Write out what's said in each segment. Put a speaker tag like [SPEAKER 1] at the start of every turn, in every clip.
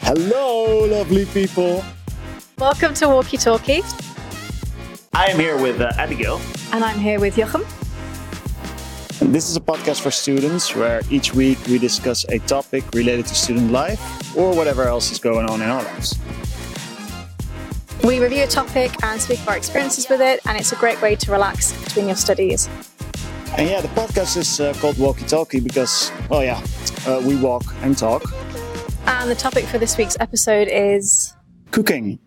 [SPEAKER 1] Hello, lovely people.
[SPEAKER 2] Welcome to Walkie Talkie,
[SPEAKER 3] I am here with uh, Abigail.
[SPEAKER 2] and I'm here with Jochem.
[SPEAKER 1] This is a podcast for students where each week we discuss a topic related to student life or whatever else is going on in our lives.
[SPEAKER 2] We review a topic and speak of our experiences with it, and it's a great way to relax between your studies.
[SPEAKER 1] And yeah, the podcast is uh, called Walkie Talkie because, well, yeah, uh, we walk and talk.
[SPEAKER 2] And the topic for this week's episode is
[SPEAKER 1] Cooking.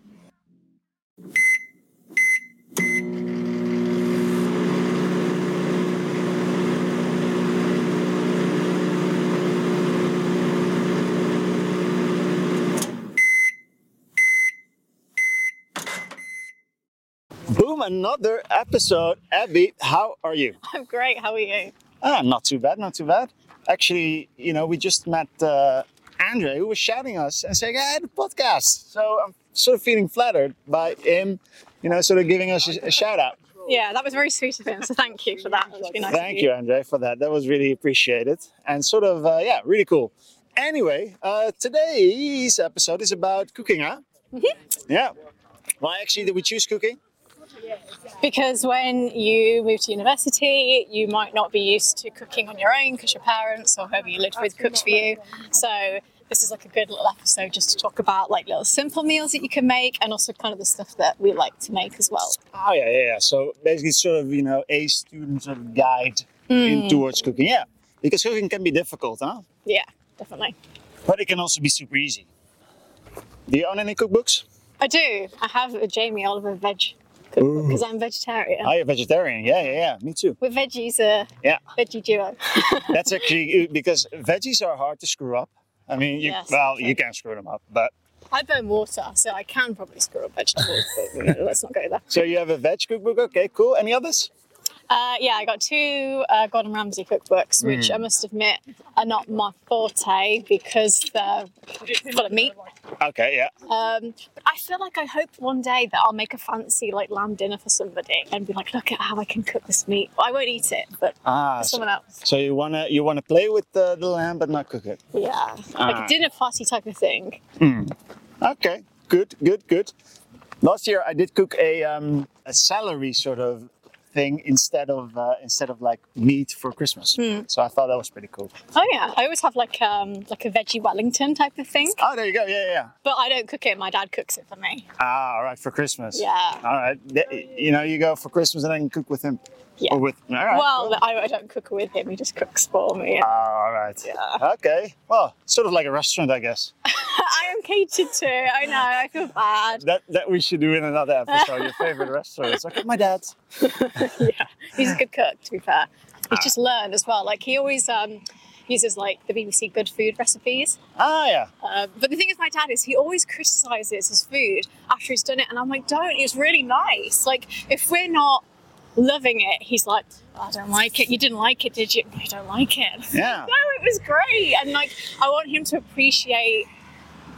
[SPEAKER 1] Boom, another episode. Abby, how are you?
[SPEAKER 2] I'm great, how are you?
[SPEAKER 1] Ah, not too bad, not too bad. Actually, you know, we just met uh, Andre, who was shouting us and saying, "Hey, the podcast!" So I'm sort of feeling flattered by him, you know, sort of giving us a, a shout out.
[SPEAKER 2] Yeah, that was very sweet of him, so thank you for that. It's been nice of
[SPEAKER 1] Thank you, Andre, for that. That was really appreciated and sort of uh, yeah, really cool. Anyway, uh, today's episode is about cooking, huh? Yeah. Why actually did we choose cooking?
[SPEAKER 2] Because when you move to university, you might not be used to cooking on your own because your parents or whoever you lived with cooked for you. So this is like a good little episode just to talk about like little simple meals that you can make and also kind of the stuff that we like to make as well.
[SPEAKER 1] Oh yeah, yeah, yeah. So basically, sort of you know, a student sort of guide in towards cooking. Yeah, because cooking can be difficult, huh?
[SPEAKER 2] Yeah, definitely.
[SPEAKER 1] But it can also be super easy. Do you own any cookbooks?
[SPEAKER 2] I do. I have a Jamie Oliver veg cookbook because I'm vegetarian.
[SPEAKER 1] Are you a vegetarian? Yeah, yeah, yeah. Me too.
[SPEAKER 2] We're veggies, a
[SPEAKER 1] Yeah,
[SPEAKER 2] veggie duo.
[SPEAKER 1] that's actually because veggies are hard to screw up. I mean, you,
[SPEAKER 2] Yes,
[SPEAKER 1] well,
[SPEAKER 2] okay.
[SPEAKER 1] you can screw them up, but
[SPEAKER 2] I burn water, so I can probably screw up vegetables, but you know, let's not go there.
[SPEAKER 1] so you have a veg cookbook. Okay, cool. Any others?
[SPEAKER 2] Uh, yeah, I got two uh, Gordon Ramsay cookbooks, which I must admit are not my forte because they're full of meat.
[SPEAKER 1] Okay, yeah.
[SPEAKER 2] Um, but I feel like I hope one day that I'll make a fancy like lamb dinner for somebody and be like, look at how I can cook this meat. I won't eat it, but
[SPEAKER 1] Ah,
[SPEAKER 2] for
[SPEAKER 1] so,
[SPEAKER 2] someone else.
[SPEAKER 1] so you wanna you wanna play with the, the lamb but not cook it.
[SPEAKER 2] Yeah, like
[SPEAKER 1] Ah.
[SPEAKER 2] a dinner party type of thing.
[SPEAKER 1] Okay, good, good, good. Last year I did cook a um, a celery sort of thing instead of uh, instead of like meat for Christmas. So I thought that was pretty cool.
[SPEAKER 2] Oh yeah, I always have like um like a veggie Wellington type of thing,
[SPEAKER 1] Oh, there you go. Yeah, yeah. yeah.
[SPEAKER 2] but I don't cook it. My dad cooks it for me.
[SPEAKER 1] Ah, all right, for Christmas.
[SPEAKER 2] Yeah.
[SPEAKER 1] All right. Th- You know, you go for Christmas and I can cook with him.
[SPEAKER 2] Yeah.
[SPEAKER 1] Or with. All right.
[SPEAKER 2] Well, I, I don't cook with him. He just cooks for me.
[SPEAKER 1] Ah, all right.
[SPEAKER 2] Yeah.
[SPEAKER 1] Okay. Well, sort of like a restaurant, I guess.
[SPEAKER 2] I am catered to. I know. I feel bad.
[SPEAKER 1] That that we should do in another episode. Your favorite restaurants. Okay, my dad's.
[SPEAKER 2] yeah, he's a good cook. To be fair, he's just learned as well. Like he always um uses like the BBC Good Food recipes.
[SPEAKER 1] Ah, yeah.
[SPEAKER 2] Uh, but the thing is, my dad is he always criticizes his food after he's done it, and I'm like, don't. It's really nice. Like if we're not loving it, he's like, "Oh, I don't like it. You didn't like it, did you? I don't like it.
[SPEAKER 1] Yeah.
[SPEAKER 2] No, it was great, and like I want him to appreciate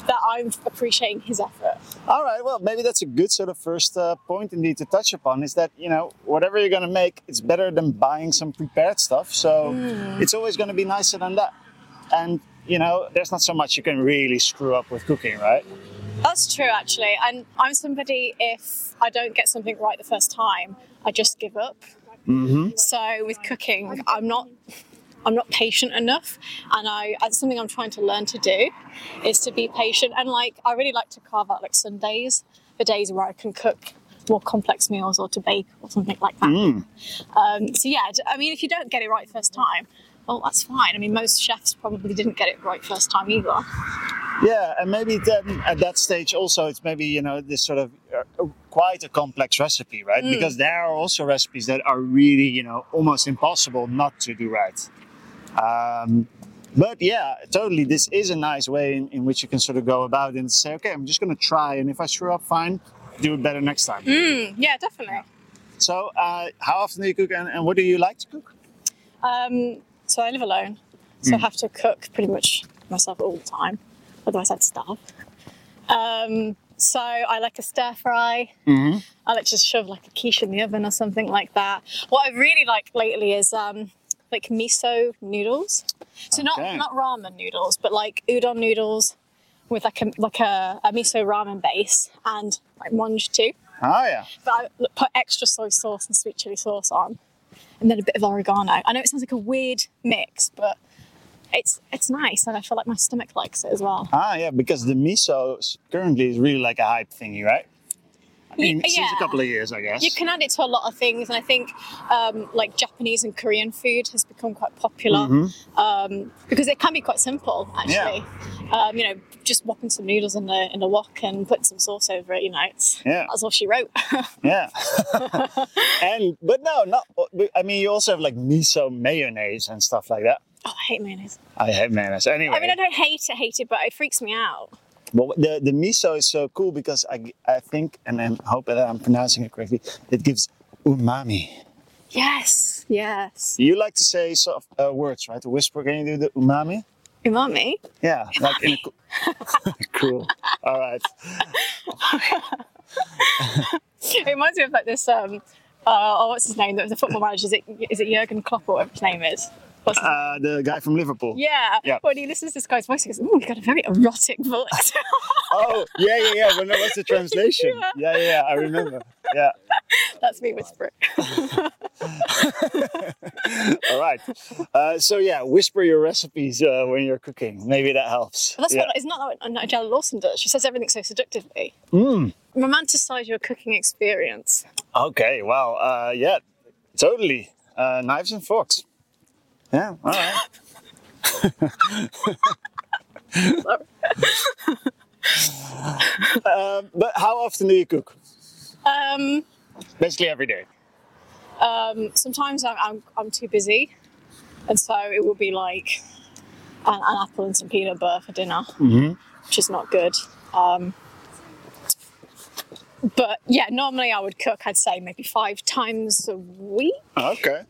[SPEAKER 2] that I'm appreciating his effort.
[SPEAKER 1] All right. Well, maybe that's a good sort of first uh, point indeed to touch upon is that, you know, whatever you're going to make, it's better than buying some prepared stuff. So
[SPEAKER 2] Mm.
[SPEAKER 1] it's always going to be nicer than that. And, you know, there's not so much you can really screw up with cooking, right?
[SPEAKER 2] That's true, actually. And I'm somebody, if I don't get something right the first time, I just give up. Mm-hmm. So with cooking, I'm not. I'm not patient enough, and I that's something I'm trying to learn to do, is to be patient. And like, I really like to carve out like Sundays, the days where I can cook more complex meals or to bake or something like that. Um, so yeah, d- I mean, if you don't get it right first time, well, that's fine. I mean, most chefs probably didn't get it right first time either.
[SPEAKER 1] Yeah, and maybe then at that stage also it's maybe you know this sort of uh, quite a complex recipe, right?
[SPEAKER 2] Mm.
[SPEAKER 1] Because there are also recipes that are really you know almost impossible not to do right. Um, but yeah, totally. This is a nice way in, in which you can sort of go about and say, okay, I'm just going to try, and if I screw up, fine, do it better next time.
[SPEAKER 2] Yeah, definitely.
[SPEAKER 1] So, uh, how often do you cook, and, and what do you like to cook?
[SPEAKER 2] Um, so I live alone, so I have to cook pretty much myself all the time. Otherwise, I'd starve. Um, so I like a stir fry. I like to shove like a quiche in the oven or something like that. What I really like lately is um, like miso noodles. So
[SPEAKER 1] Okay.
[SPEAKER 2] not not ramen noodles, but like udon noodles with like a like a, a miso ramen base and like monge too.
[SPEAKER 1] Oh yeah.
[SPEAKER 2] But I l- put extra soy sauce and sweet chili sauce on, and then a bit of oregano. I know it sounds like a weird mix, but it's it's nice, and I feel like my stomach likes it as well.
[SPEAKER 1] Ah yeah, because the miso s- currently is really like a hype thingy, right? I mean, since a
[SPEAKER 2] yeah.
[SPEAKER 1] couple of years, I guess.
[SPEAKER 2] You can add it to a lot of things, and I think um, like Japanese and Korean food has become quite popular um, because it can be quite simple, actually. Um, you know, just whopping some noodles in the in a wok and putting some sauce over it. You know, it's,
[SPEAKER 1] Yeah.
[SPEAKER 2] that's all she wrote. Oh,
[SPEAKER 1] Yeah. and but no, not. but, I mean, you also have like miso mayonnaise and stuff like that.
[SPEAKER 2] Oh, I hate mayonnaise.
[SPEAKER 1] I hate mayonnaise. Anyway,
[SPEAKER 2] I mean, I don't hate it, hate it, but it freaks me out.
[SPEAKER 1] well, the the miso is so cool because I I think and I hope that I'm pronouncing it correctly. It gives umami.
[SPEAKER 2] Yes, yes.
[SPEAKER 1] You like to say soft uh, words, right? Whisper. Can you do the umami?
[SPEAKER 2] Umami.
[SPEAKER 1] Yeah, like in a co- cool. All right.
[SPEAKER 2] It reminds me of like this. Um, uh, oh, what's his name? The, the football manager is it? Is it Jurgen Klopp or whatever his name is? What's his
[SPEAKER 1] Uh, the guy from Liverpool.
[SPEAKER 2] Yeah.
[SPEAKER 1] Yeah.
[SPEAKER 2] When he listens to this guy's voice, he goes, "Oh, you got a very erotic voice."
[SPEAKER 1] Oh, yeah, yeah, yeah. When that was the translation. Yeah, yeah, yeah I remember. Yeah.
[SPEAKER 2] That's me whispering.
[SPEAKER 1] All right. Uh, so yeah, whisper your recipes uh, when you're cooking. Maybe that helps.
[SPEAKER 2] But that's
[SPEAKER 1] yeah.
[SPEAKER 2] what it's not that what Nigella Lawson does. She says everything so seductively.
[SPEAKER 1] Mm.
[SPEAKER 2] Romanticize your cooking experience.
[SPEAKER 1] Okay. Well, uh, yeah, totally. Uh, knives and forks. Yeah. All right.
[SPEAKER 2] Sorry.
[SPEAKER 1] um, but how often do you cook?
[SPEAKER 2] Um,
[SPEAKER 1] Basically every day.
[SPEAKER 2] um, sometimes I'm, I'm I'm too busy, and so it will be like an, an apple and some peanut butter for dinner, which is not good. Um, but yeah, normally I would cook. I'd say maybe five times a week.
[SPEAKER 1] Okay.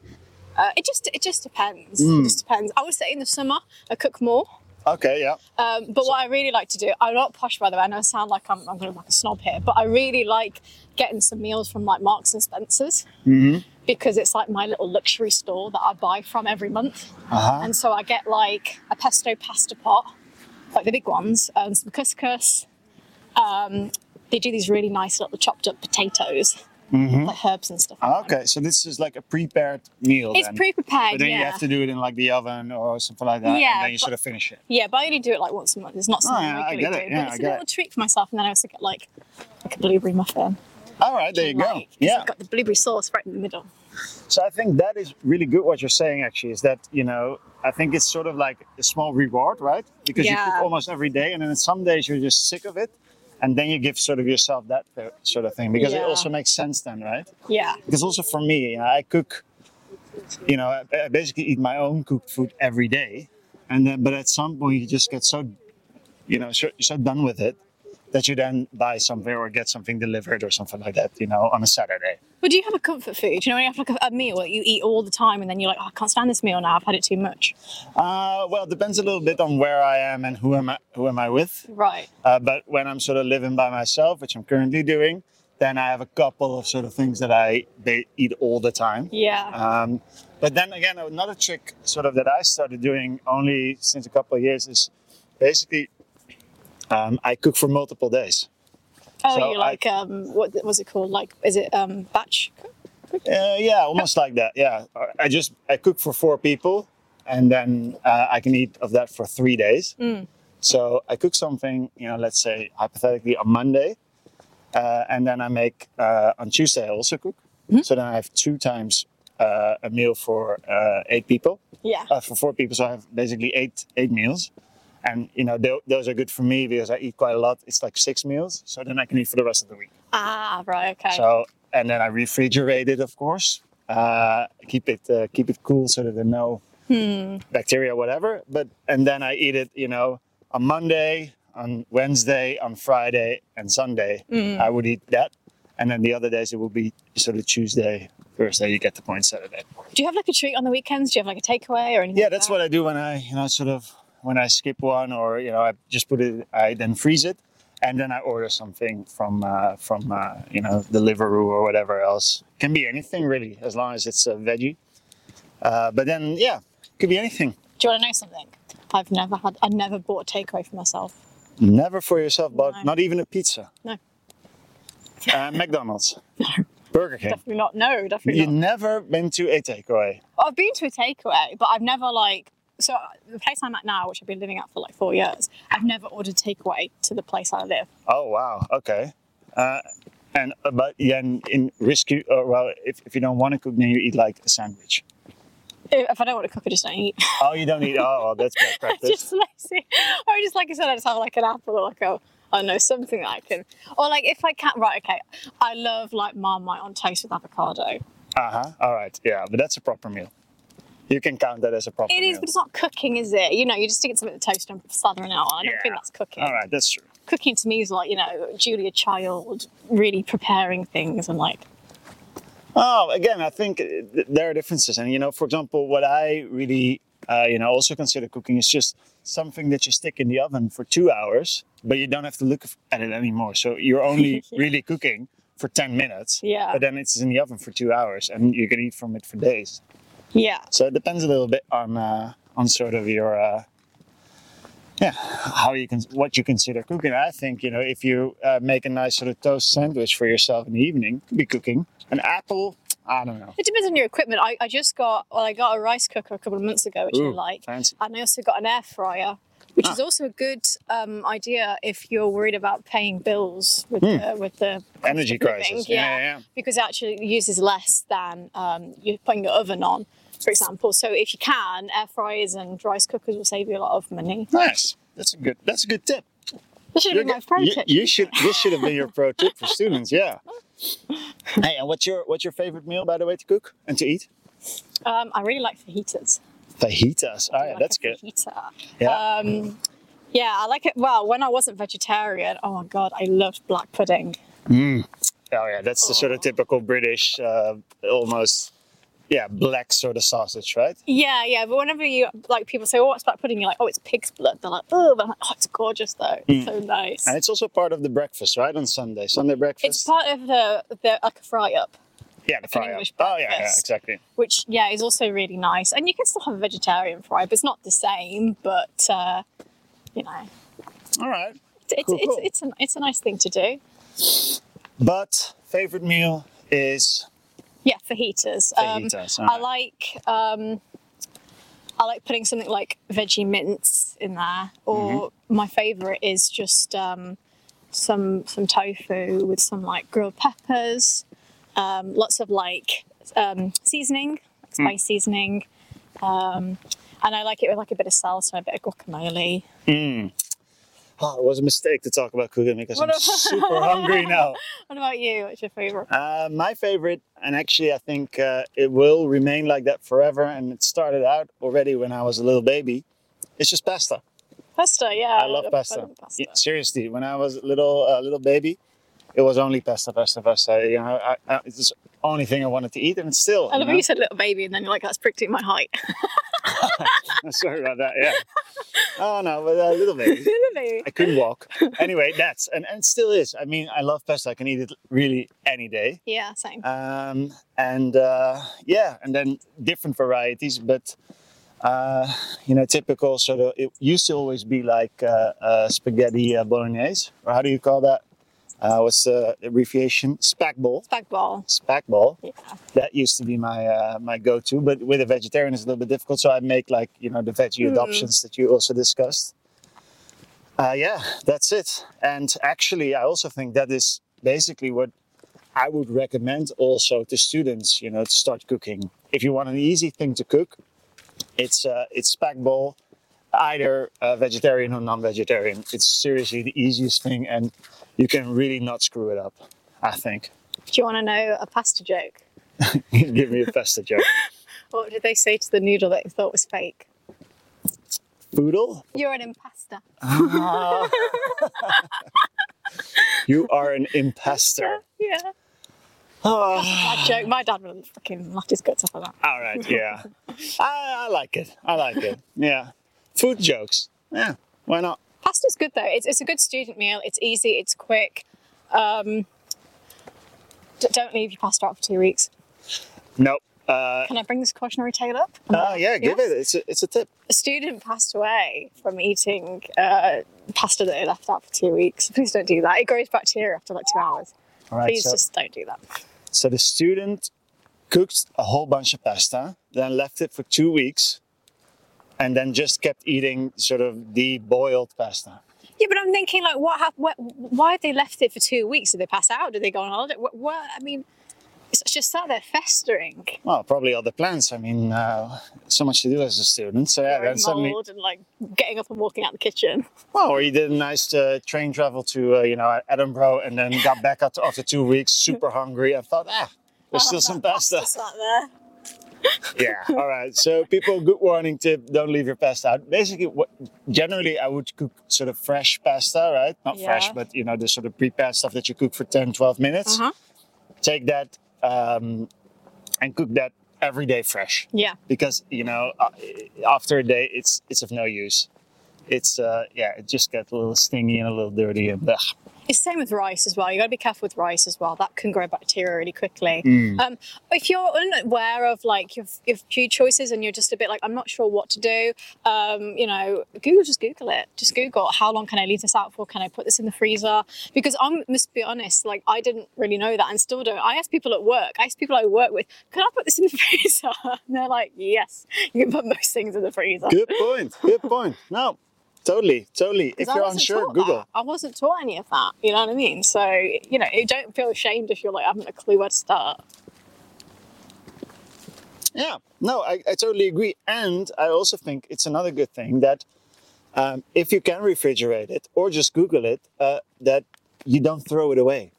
[SPEAKER 2] Uh, it just it just depends. It just depends. I would say in the summer I cook more.
[SPEAKER 1] Okay. Yeah.
[SPEAKER 2] Um, but what I really like to do, I'm not posh by the way. I know I sound like I'm, I'm going to like a snob here, but I really like getting some meals from like Marks and Spencers
[SPEAKER 1] Mm-hmm.
[SPEAKER 2] because it's like my little luxury store that I buy from every month.
[SPEAKER 1] Uh huh.
[SPEAKER 2] And so I get like a pesto pasta pot, like the big ones, and some couscous. Um, they do these really nice little chopped up potatoes,
[SPEAKER 1] Mm-hmm.
[SPEAKER 2] like herbs and stuff. like that.
[SPEAKER 1] Okay. So this is like a prepared meal.
[SPEAKER 2] It's
[SPEAKER 1] Oh, then.
[SPEAKER 2] pre-prepared,
[SPEAKER 1] But then
[SPEAKER 2] yeah.
[SPEAKER 1] you have to do it in like the oven or something like that,
[SPEAKER 2] Yeah,
[SPEAKER 1] and then you
[SPEAKER 2] but-
[SPEAKER 1] sort of finish it.
[SPEAKER 2] Yeah, but I only do it like once a month. It's not something
[SPEAKER 1] Oh, yeah, I
[SPEAKER 2] I regularly
[SPEAKER 1] get it.
[SPEAKER 2] do.
[SPEAKER 1] Yeah, I
[SPEAKER 2] but it's a
[SPEAKER 1] get
[SPEAKER 2] little treat for myself, and then I also get like like a blueberry muffin.
[SPEAKER 1] All right, there you go.
[SPEAKER 2] Like, 'cause
[SPEAKER 1] Yeah.
[SPEAKER 2] I've got the blueberry sauce right in the middle.
[SPEAKER 1] So I think that is really good what you're saying actually is that, you know, I think it's sort of like a small reward, right? Because you
[SPEAKER 2] Yeah.
[SPEAKER 1] cook almost every day and then some days you're just sick of it and then you give sort of yourself that uh, sort of thing because it
[SPEAKER 2] Yeah.
[SPEAKER 1] also makes sense then, right?
[SPEAKER 2] Yeah,
[SPEAKER 1] Because also for me, you know, I cook you know, I- I basically eat my own cooked food every day and then but at some point you just get so you know, so, so done with it that you then buy something or get something delivered or something like that, you know, on a Saturday.
[SPEAKER 2] but do you have a comfort food? You know, when you have like a, a meal that you eat all the time, and then you're like, oh, I can't stand this meal now. I've had it too much.
[SPEAKER 1] Uh, well, it depends a little bit on where I am and who am I, who am I with.
[SPEAKER 2] Right.
[SPEAKER 1] Uh, but when I'm sort of living by myself, which I'm currently doing, then I have a couple of sort of things that I they eat all the time.
[SPEAKER 2] Yeah.
[SPEAKER 1] Um, but then again, another trick sort of that I started doing only since a couple of years is basically um, I cook for multiple days.
[SPEAKER 2] oh,
[SPEAKER 1] so
[SPEAKER 2] you like um, what was it called? Like, is it um, batch?
[SPEAKER 1] Uh, yeah, almost like that. Yeah, I just I cook for four people, and then uh, I can eat of that for three days. So I cook something, you know, let's say hypothetically on Monday, uh, and then I make uh, on Tuesday. I also cook, so then I have two times uh, a meal for uh, eight people,
[SPEAKER 2] Yeah.
[SPEAKER 1] uh, for four people. So I have basically eight eight meals, and you know tho- those are good for me because I eat quite a lot. It's like six meals, so then I can eat for the rest of the week.
[SPEAKER 2] ah, right. Okay.
[SPEAKER 1] So and then I refrigerate it, of course. Uh, keep it uh, keep it cool so that there are no bacteria, whatever. But and then I eat it, you know, on Monday, on Wednesday, on Friday, and Sunday. I would eat that, and then the other days it would be sort of Tuesday, Thursday. You get the point. Saturday.
[SPEAKER 2] do you have like a treat on the weekends? Do you have like a takeaway or anything?
[SPEAKER 1] Yeah,
[SPEAKER 2] like
[SPEAKER 1] that's
[SPEAKER 2] that?
[SPEAKER 1] what I do when I, you know, sort of when I skip one or you know I just put it, I then freeze it, and then I order something from uh, from uh, you know Deliveroo or whatever else. Can be anything really, as long as it's uh, veggie. Uh, but then yeah, could be anything.
[SPEAKER 2] Do you want to know something? I've never had. I never bought a takeaway for myself.
[SPEAKER 1] Never for yourself, but
[SPEAKER 2] No.
[SPEAKER 1] not even a pizza.
[SPEAKER 2] No,
[SPEAKER 1] Uh, McDonald's. Burger King.
[SPEAKER 2] definitely not. No, definitely
[SPEAKER 1] You've
[SPEAKER 2] not.
[SPEAKER 1] never been to a takeaway.
[SPEAKER 2] I've been to a takeaway, but I've never like so the place I'm at now, which I've been living at for like four years, I've never ordered takeaway to the place I live.
[SPEAKER 1] Oh wow. Okay. Uh, and uh, but yeah, in, in risky. Uh, well, if, if you don't want to cook, then you eat like a sandwich.
[SPEAKER 2] If I don't want to cook, I just don't eat.
[SPEAKER 1] Oh, you don't eat. Oh, well, that's bad practice.
[SPEAKER 2] just lazy. Or just like I said, I just have like an apple or like a I don't know something that I can. Or like if I can't. Right, okay. I love like marmite on toast with avocado.
[SPEAKER 1] Uh huh. All right. Yeah, but that's a proper meal. You can count that as a proper
[SPEAKER 2] It
[SPEAKER 1] meal.
[SPEAKER 2] is, but it's not cooking, is it? You know, you just stick it to the toast and slathering it out. I don't
[SPEAKER 1] Yeah.
[SPEAKER 2] think that's cooking.
[SPEAKER 1] All right. That's true.
[SPEAKER 2] Cooking to me is like you know Julia Child really preparing things and like
[SPEAKER 1] Oh, again, I think uh, th- there are differences, and you know, for example, what I really, uh, you know, also consider cooking is just something that you stick in the oven for two hours, but you don't have to look f- at it anymore. So you're only really cooking for ten minutes.
[SPEAKER 2] Yeah.
[SPEAKER 1] But then it's in the oven for two hours, and you can eat from it for days.
[SPEAKER 2] yeah.
[SPEAKER 1] So it depends a little bit on uh, on sort of your uh, yeah how you can what you consider cooking. I think you know if you uh, make a nice sort of toast sandwich for yourself in the evening, could be cooking an apple. I don't know.
[SPEAKER 2] It depends on your equipment. I, I just got well, I got a rice cooker a couple of months ago, which
[SPEAKER 1] Ooh,
[SPEAKER 2] I like,
[SPEAKER 1] fancy. Ah.
[SPEAKER 2] and I also got an air fryer, which is also a good um, idea if you're worried about paying bills with the, with the cost
[SPEAKER 1] Hmm. Energy
[SPEAKER 2] of living.
[SPEAKER 1] crisis. Yeah, yeah, yeah.
[SPEAKER 2] because it actually uses less than um, you're putting your oven on, for example. So if you can, air fryers and rice cookers will save you a lot of money.
[SPEAKER 1] Nice. That's a good. That's a good tip.
[SPEAKER 2] This should be my pro
[SPEAKER 1] you,
[SPEAKER 2] tip.
[SPEAKER 1] you should. This should have been your pro tip for students. Yeah. Hey, and what's your what's your favorite meal by the way to cook and to eat?
[SPEAKER 2] Um, I really like fajitas.
[SPEAKER 1] Fajitas. Oh yeah,
[SPEAKER 2] like
[SPEAKER 1] that's
[SPEAKER 2] a
[SPEAKER 1] good.
[SPEAKER 2] fajita.
[SPEAKER 1] Yeah.
[SPEAKER 2] Um, yeah, I like it. Well, when I wasn't vegetarian, oh my god, I loved black pudding.
[SPEAKER 1] Oh yeah, that's the sort of typical British, uh, almost, yeah, black sort of sausage, right?
[SPEAKER 2] Yeah, yeah. But whenever you like, people say, "Oh, what's black pudding?" You're like, "Oh, it's pig's blood." They're like, "Oh," but I'm like, "Oh, it's gorgeous though. It's so
[SPEAKER 1] Mm.
[SPEAKER 2] nice."
[SPEAKER 1] And it's also part of the breakfast, right? On Sunday, Sunday breakfast.
[SPEAKER 2] It's part of the the like a fry up,
[SPEAKER 1] yeah, the
[SPEAKER 2] it's an
[SPEAKER 1] fry.
[SPEAKER 2] English
[SPEAKER 1] Oh yeah, yeah,
[SPEAKER 2] breakfast.
[SPEAKER 1] exactly.
[SPEAKER 2] which yeah is also really nice, and you can still have a vegetarian fry, but it's not the same. But uh, you know,
[SPEAKER 1] All right,
[SPEAKER 2] it's it's,
[SPEAKER 1] Cool, cool.
[SPEAKER 2] it's it's a it's a nice thing to do.
[SPEAKER 1] but favorite meal is
[SPEAKER 2] Yeah, fajitas.
[SPEAKER 1] Fajitas,
[SPEAKER 2] Um, I
[SPEAKER 1] alright.
[SPEAKER 2] like um, I like putting something like veggie mince in there, or
[SPEAKER 1] Mm-hmm.
[SPEAKER 2] my favorite is just um, some some tofu with some like grilled peppers, um, lots of like um, seasoning, like
[SPEAKER 1] Hmm.
[SPEAKER 2] spice seasoning, um, and I like it with like a bit of salsa, and a bit of guacamole.
[SPEAKER 1] oh, it was a mistake to talk about cooking because I'm super hungry now.
[SPEAKER 2] What about you? What's your favorite?
[SPEAKER 1] Uh, my favorite, and actually, I think uh, it will remain like that forever. And it started out already when I was a little baby. It's just pasta.
[SPEAKER 2] Pasta, yeah.
[SPEAKER 1] I love pasta.
[SPEAKER 2] love pasta.
[SPEAKER 1] Yeah, seriously, when I was a little uh, little baby, it was only pasta, pasta, pasta. You know, I, I, it's the only thing I wanted to eat, and it's still.
[SPEAKER 2] I
[SPEAKER 1] you
[SPEAKER 2] love
[SPEAKER 1] know?
[SPEAKER 2] how you said little baby, and then you're like, that's practically my height.
[SPEAKER 1] I'm sorry about that. Yeah. Oh no, but a little baby. I couldn't walk. Anyway, that's and, and still is. I mean, I love pasta. I can eat it really any day.
[SPEAKER 2] Yeah, same.
[SPEAKER 1] Um, and uh, yeah, and then different varieties, but uh, you know, typical sort of. It used to always be like uh, uh, spaghetti uh, bolognese, or how do you call that? Uh, what's the abbreviation? Spack bol.
[SPEAKER 2] Bag ball.
[SPEAKER 1] Spack bol.
[SPEAKER 2] Yeah.
[SPEAKER 1] That used to be my uh, my go-to, but with a vegetarian, it's a little bit difficult. So I make like you know the veggie adoptions that you also discussed. Uh, yeah, that's it. And actually, I also think that is basically what I would recommend also to students. You know, to start cooking. If you want an easy thing to cook, it's uh, it's spack bol, either uh, vegetarian or non-vegetarian. It's seriously the easiest thing, and you can really not screw it up. I think.
[SPEAKER 2] Do you want to know a pasta joke?
[SPEAKER 1] Give me a pasta joke.
[SPEAKER 2] What did they say to the noodle that you thought was fake?
[SPEAKER 1] Poodle.
[SPEAKER 2] You're an impasta.
[SPEAKER 1] You are an imposter.
[SPEAKER 2] Yeah.
[SPEAKER 1] Oh,
[SPEAKER 2] Bad joke. My dad would have fucking laughed his guts off of that.
[SPEAKER 1] all right, yeah. I, I like it. I like it. Yeah. Food jokes. Yeah. Why not?
[SPEAKER 2] Pasta's good though. It's, it's a good student meal. It's easy. It's quick. Um, d- don't leave your pasta out for two weeks.
[SPEAKER 1] Nope. Uh,
[SPEAKER 2] Can I bring this cautionary tale up?
[SPEAKER 1] uh, yeah, give
[SPEAKER 2] Yes?
[SPEAKER 1] it. It's a, it's a tip.
[SPEAKER 2] a student passed away from eating uh, pasta that they left out for two weeks. Please don't do that. It grows bacteria after like two hours.
[SPEAKER 1] All right,
[SPEAKER 2] Please
[SPEAKER 1] so,
[SPEAKER 2] just don't do that.
[SPEAKER 1] so the student cooked a whole bunch of pasta, then left it for two weeks, and then just kept eating sort of the boiled pasta.
[SPEAKER 2] Yeah, but I'm thinking like, what? Hap- what why have they left it for two weeks? Did they pass out? Did they go on holiday? What? what I mean, it's just sat there festering.
[SPEAKER 1] Well, probably other plans. I mean, uh, so much to do as a student. So yeah,
[SPEAKER 2] growing
[SPEAKER 1] then suddenly,
[SPEAKER 2] mold and like getting up and walking out the kitchen.
[SPEAKER 1] well, or you did a nice uh, train travel to uh, you know Edinburgh, and then got back after, after two weeks, super hungry, and thought, ah, there's still some pasta.
[SPEAKER 2] Just Oh, sat there.
[SPEAKER 1] yeah. All right. So, people, good warning tip: don't leave your pasta out. Basically, what generally I would cook sort of fresh pasta, right? Not fresh,
[SPEAKER 2] Yeah.
[SPEAKER 1] but you know the sort of prepared stuff that you cook for 10, 12 minutes.
[SPEAKER 2] Uh-huh.
[SPEAKER 1] Take that um, and cook that every day fresh
[SPEAKER 2] Yeah.
[SPEAKER 1] because you know uh, after a day it's it's of no use. It's uh, yeah, it just gets a little stingy and a little dirty and ugh.
[SPEAKER 2] It's the same with rice as well. You got to be careful with rice as well. That can grow bacteria really quickly. Um, if you're unaware of like your, your food choices and you're just a bit like, I'm not sure what to do, um, you know, Google, just Google it. Just Google how long can I leave this out for? Can I put this in the freezer? Because I must be honest, like I didn't really know that and still don't. I ask people at work, I ask people I work with, can I put this in the freezer? And they're like, yes, you can put most things in the freezer.
[SPEAKER 1] Good point. Good point. No, totally, totally. If
[SPEAKER 2] 'Cause I
[SPEAKER 1] you're
[SPEAKER 2] wasn't
[SPEAKER 1] unsure,
[SPEAKER 2] taught
[SPEAKER 1] Google.
[SPEAKER 2] that. I wasn't taught any of that. You know what I mean? So you know, you don't feel ashamed if you're like, I haven't a clue where to start.
[SPEAKER 1] Yeah, no, I, I totally agree. And I also think it's another good thing that um, if you can refrigerate it or just Google it, uh, that you don't throw it away.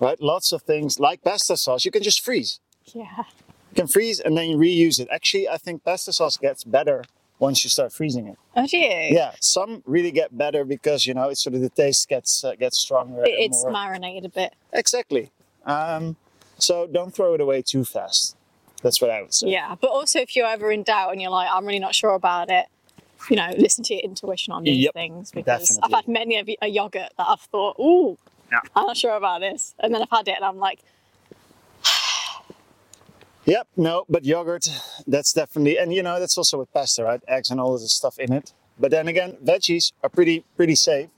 [SPEAKER 1] Right? Lots of things like pasta sauce, you can just freeze.
[SPEAKER 2] Yeah.
[SPEAKER 1] You can freeze and then you reuse it. Actually, I think pasta sauce gets better once you start freezing it.
[SPEAKER 2] Oh, do you?
[SPEAKER 1] Yeah, some really get better because, you know, it's sort of the taste gets uh, gets stronger.
[SPEAKER 2] It,
[SPEAKER 1] and
[SPEAKER 2] it's
[SPEAKER 1] more-
[SPEAKER 2] marinated a bit.
[SPEAKER 1] Exactly. Um, so don't throw it away too fast. That's what I would say.
[SPEAKER 2] Yeah. But also, if you're ever in doubt and you're like, I'm really not sure about it, you know, listen to your intuition on these
[SPEAKER 1] Yep,
[SPEAKER 2] things because I've
[SPEAKER 1] definitely.
[SPEAKER 2] had many of a yogurt that I've thought, ooh,
[SPEAKER 1] Yeah.
[SPEAKER 2] I'm not sure about this, and then I've had it and I'm like,
[SPEAKER 1] Yep, no, but yogurt, that's definitely, and you know, that's also with pasta, right? Eggs and all of this stuff in it. But then again, veggies are pretty, pretty safe.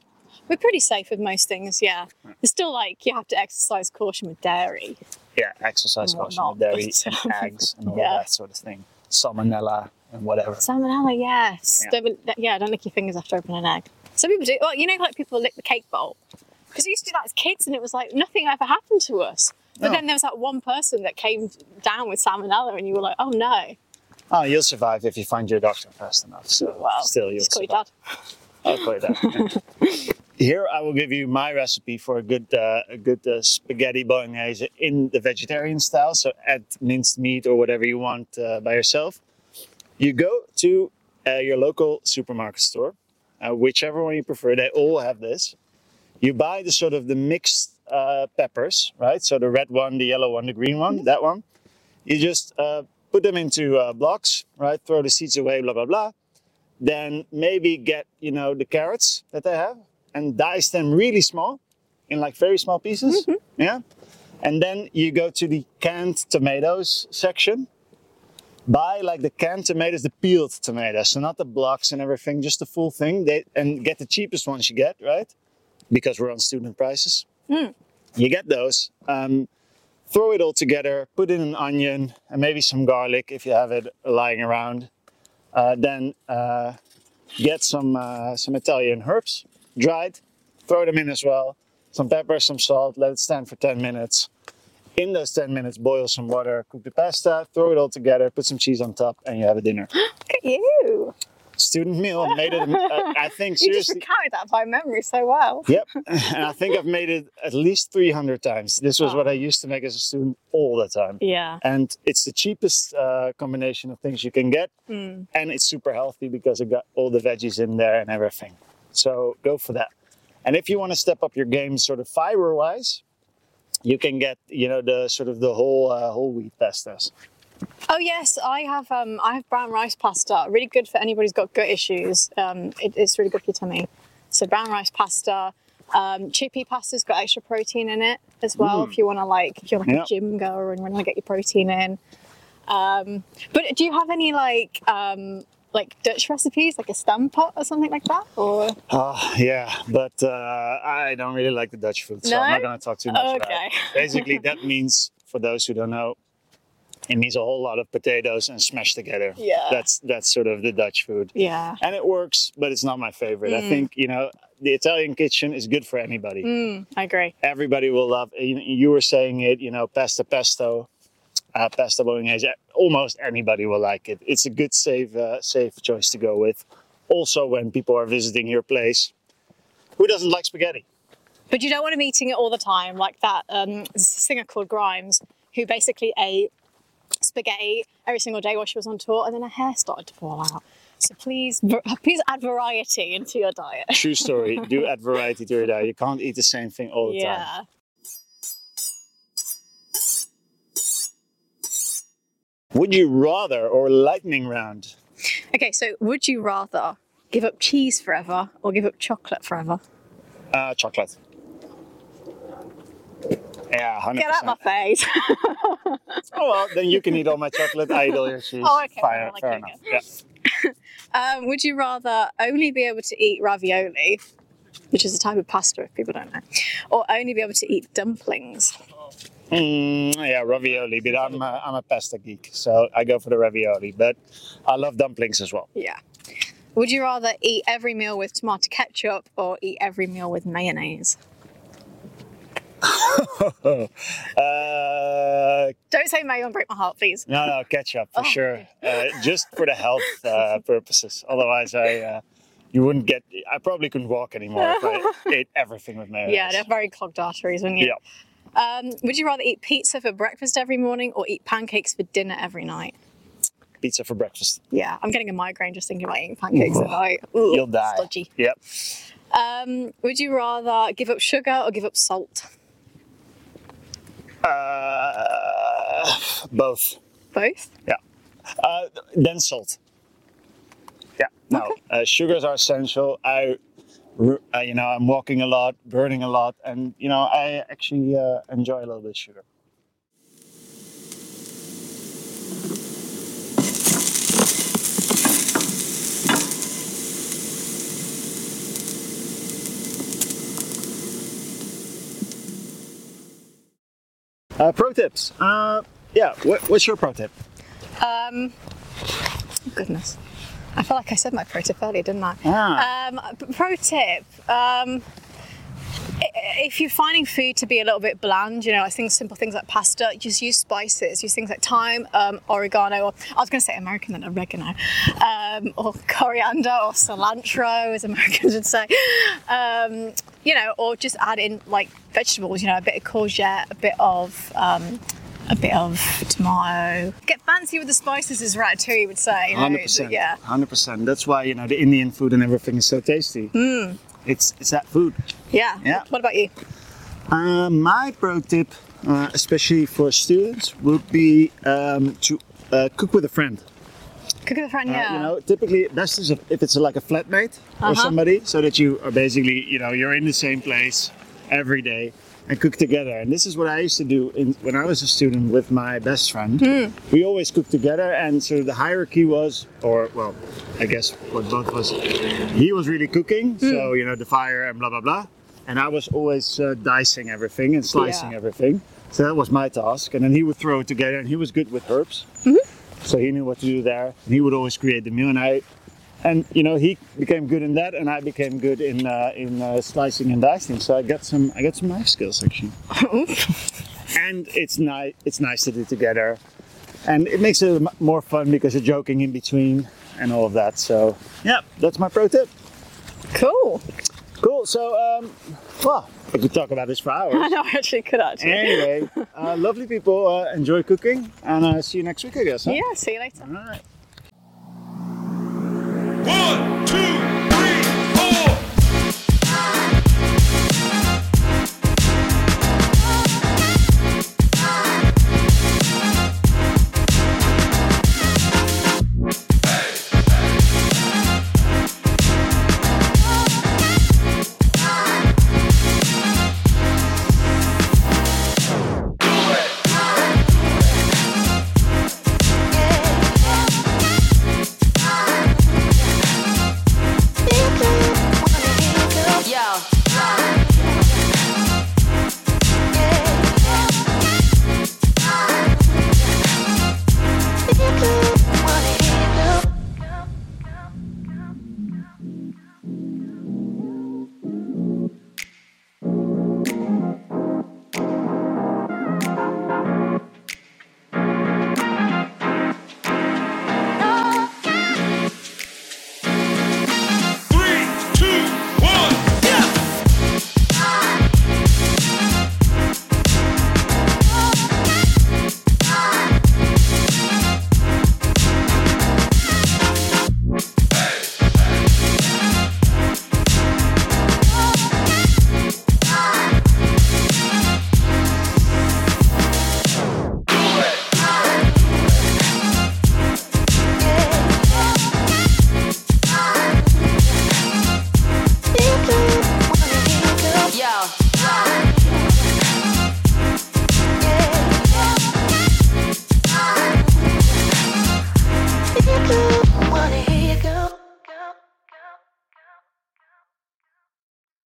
[SPEAKER 2] we're pretty safe with most things. Yeah. It's still like you have to exercise caution with dairy.
[SPEAKER 1] Yeah, exercise
[SPEAKER 2] And
[SPEAKER 1] caution with
[SPEAKER 2] whatnot,
[SPEAKER 1] dairy
[SPEAKER 2] but,
[SPEAKER 1] and
[SPEAKER 2] um,
[SPEAKER 1] eggs and all
[SPEAKER 2] yeah.
[SPEAKER 1] that sort of thing. Salmonella and whatever.
[SPEAKER 2] Salmonella, yes.
[SPEAKER 1] Yeah.
[SPEAKER 2] Don't, be- yeah, don't lick your fingers after opening an egg. Some people do. Well, you know, like people lick the cake bowl. Because we used to do that as kids, and it was like nothing ever happened to us. But
[SPEAKER 1] No.
[SPEAKER 2] then there was that one person that came down with salmonella, and you were like, oh no.
[SPEAKER 1] Oh, you'll survive if you find your doctor fast enough. So
[SPEAKER 2] Well,
[SPEAKER 1] still, you'll
[SPEAKER 2] just call
[SPEAKER 1] survive.
[SPEAKER 2] your dad.
[SPEAKER 1] I'll call you that. Here, I will give you my recipe for a good, uh, a good uh, spaghetti bolognese in the vegetarian style. So add minced meat or whatever you want uh, by yourself. You go to uh, your local supermarket store, uh, whichever one you prefer. They all have this. You buy the sort of the mixed uh, peppers, right? So the red one, the yellow one, the green one, that one. You just uh, put them into uh, blocks, right? Throw the seeds away, blah blah blah then maybe get you know the carrots that they have and dice them really small in like very small pieces yeah and then you go to the canned tomatoes section buy like the canned tomatoes the peeled tomatoes so not the blocks and everything just the full thing they, and get the cheapest ones you get right because we're on student prices you get those um, throw it all together put in an onion and maybe some garlic if you have it lying around uh, then uh, get some uh, some Italian herbs, dried, throw them in as well. Some pepper, some salt. Let it stand for 10 minutes. In those 10 minutes, boil some water, cook the pasta, throw it all together, put some cheese on top, and you have a dinner.
[SPEAKER 2] Look at you.
[SPEAKER 1] Student meal made it. Uh, I think
[SPEAKER 2] You just
[SPEAKER 1] seriously.
[SPEAKER 2] recounted that by memory so well.
[SPEAKER 1] Yep, and I think I've made it at least 300 times. This was
[SPEAKER 2] Wow.
[SPEAKER 1] what I used to make as a student all the time.
[SPEAKER 2] Yeah.
[SPEAKER 1] And it's the cheapest uh, combination of things you can get.
[SPEAKER 2] Mm.
[SPEAKER 1] And it's super healthy because it got all the veggies in there and everything. So go for that. And if you want to step up your game sort of fiber wise, you can get, you know, the sort of the whole uh, whole wheat pastas.
[SPEAKER 2] Oh yes, I have. Um, I have brown rice pasta. Really good for anybody who's got gut issues. Um, it, it's really good for your tummy. So brown rice pasta. Um, chickpea pasta's got extra protein in it as well. If you want to like, if you're like
[SPEAKER 1] Yeah.
[SPEAKER 2] a gym goer and want to get your protein in. Um, but do you have any like um, like Dutch recipes, like a stamp pot or something like that? Or
[SPEAKER 1] Oh, yeah, but uh, I don't really like the Dutch food, so I'm not
[SPEAKER 2] No?
[SPEAKER 1] going to talk too much about
[SPEAKER 2] Okay.
[SPEAKER 1] it. Basically, that means, for those who don't know, it means a whole lot of potatoes and smashed together.
[SPEAKER 2] Yeah.
[SPEAKER 1] That's, that's sort of the Dutch food.
[SPEAKER 2] yeah,
[SPEAKER 1] And it works, but it's not my favorite. I think, you know, the Italian kitchen is good for anybody.
[SPEAKER 2] mm, I agree.
[SPEAKER 1] Everybody will love you, you were saying it, you know, pasta pesto, uh, pasta bolognese. Almost anybody will like it. It's a good, safe, uh, safe choice to go with. Also, when people are visiting your place, who doesn't like spaghetti?
[SPEAKER 2] But you don't want him eating it all the time, like that um, singer called Grimes, who basically ate spaghetti every single day while she was on tour, and then her hair started to fall out. So please, please add variety into your diet.
[SPEAKER 1] True story. Do add variety to your diet. You can't eat the same thing all the time.
[SPEAKER 2] Yeah.
[SPEAKER 1] Would you rather or lightning round?
[SPEAKER 2] Okay, so would you rather give up cheese forever or give up chocolate forever?
[SPEAKER 1] Uh, chocolate. Yeah, 100%.
[SPEAKER 2] Get out my face.
[SPEAKER 1] Oh well, then you can eat all my chocolate. I eat all your cheese.
[SPEAKER 2] Oh, okay,
[SPEAKER 1] Fire,
[SPEAKER 2] well,
[SPEAKER 1] fair
[SPEAKER 2] okay,
[SPEAKER 1] enough. Yeah.
[SPEAKER 2] um, would you rather only be able to eat ravioli, which is a type of pasta if people don't know, or only be able to eat dumplings?
[SPEAKER 1] Mm, yeah, ravioli. But I'm a, I'm a pasta geek, so I go for the ravioli. But I love dumplings as well.
[SPEAKER 2] Yeah. Would you rather eat every meal with tomato ketchup or eat every meal with mayonnaise?
[SPEAKER 1] Uh,
[SPEAKER 2] Don't say mayo and break my heart, please.
[SPEAKER 1] no, no, ketchup for
[SPEAKER 2] Oh,
[SPEAKER 1] sure. Uh, just for the health uh, purposes. Otherwise, I uh, you wouldn't get. I probably couldn't walk anymore if I ate everything with mayonnaise.
[SPEAKER 2] Yeah, they're very clogged arteries, wouldn't you?
[SPEAKER 1] Yeah.
[SPEAKER 2] Um, would you rather eat pizza for breakfast every morning or eat pancakes for dinner every night?
[SPEAKER 1] Pizza for breakfast.
[SPEAKER 2] Yeah, I'm getting a migraine just thinking about eating pancakes at night. Ooh,
[SPEAKER 1] You'll die.
[SPEAKER 2] Stodgy.
[SPEAKER 1] Yep.
[SPEAKER 2] Um, would you rather give up sugar or give up salt?
[SPEAKER 1] Uh, both.
[SPEAKER 2] Both.
[SPEAKER 1] Uh, then salt. Yeah. No, uh, sugars are essential. I, r- uh, you know, I'm walking a lot, burning a lot, and you know, I actually uh, enjoy a little bit of sugar. Uh, pro tips. Uh, yeah. What, what's your pro tip?
[SPEAKER 2] Um, oh goodness, I feel like I said my pro tip earlier, didn't I?
[SPEAKER 1] Ah.
[SPEAKER 2] Um, p- pro tip. Um, i- if you're finding food to be a little bit bland, you know, like things, simple things like pasta, just use spices. Use things like thyme, um, oregano, or I was going to say American, then oregano, um, or coriander, or cilantro, as Americans would say. Um, you know, or just add in like vegetables. You know, a bit of courgette, a bit of um, a bit of tomato. Get fancy with the spices is ratatouille would say. you know,
[SPEAKER 1] Hundred
[SPEAKER 2] it's-
[SPEAKER 1] percent.
[SPEAKER 2] Yeah.
[SPEAKER 1] hundred percent. That's why you know the Indian food and everything is so tasty. It's it's that food.
[SPEAKER 2] yeah,
[SPEAKER 1] Yeah.
[SPEAKER 2] What about you?
[SPEAKER 1] Uh, my pro tip, uh, especially for students, would be um, to uh, cook with a friend.
[SPEAKER 2] Cook with a friend.
[SPEAKER 1] Uh,
[SPEAKER 2] yeah.
[SPEAKER 1] You know, typically best is if if it's like a flatmate or
[SPEAKER 2] Uh-huh.
[SPEAKER 1] somebody, so that you are basically you know you're in the same place every day and cook together. And this is what I used to do in, when I was a student with my best friend.
[SPEAKER 2] Hmm.
[SPEAKER 1] We always cooked together, and sort of the hierarchy was, or well, I guess what both was. He was really cooking, so
[SPEAKER 2] Hmm.
[SPEAKER 1] you know the fire and blah blah blah, and I was always uh, dicing everything and slicing
[SPEAKER 2] Yeah.
[SPEAKER 1] everything. So that was my task, and then he would throw it together, and he was good with herbs so he knew what to do there. He would always create the meal, and I, and you know, he became good in that, and I became good in uh, in uh, slicing and dicing. So I got some I got some knife skills actually. and it's nice it's nice to do together, and it makes it m- more fun because you're joking in between and all of that. So yeah, that's my pro tip.
[SPEAKER 2] Cool.
[SPEAKER 1] Cool. So um, well, we could talk about this for
[SPEAKER 2] I
[SPEAKER 1] hours.
[SPEAKER 2] know, I actually could actually.
[SPEAKER 1] anyway, uh, lovely people, uh, enjoy cooking, and uh, see you next week, I guess. huh?
[SPEAKER 2] yeah, see you later.
[SPEAKER 1] All right.
[SPEAKER 4] One,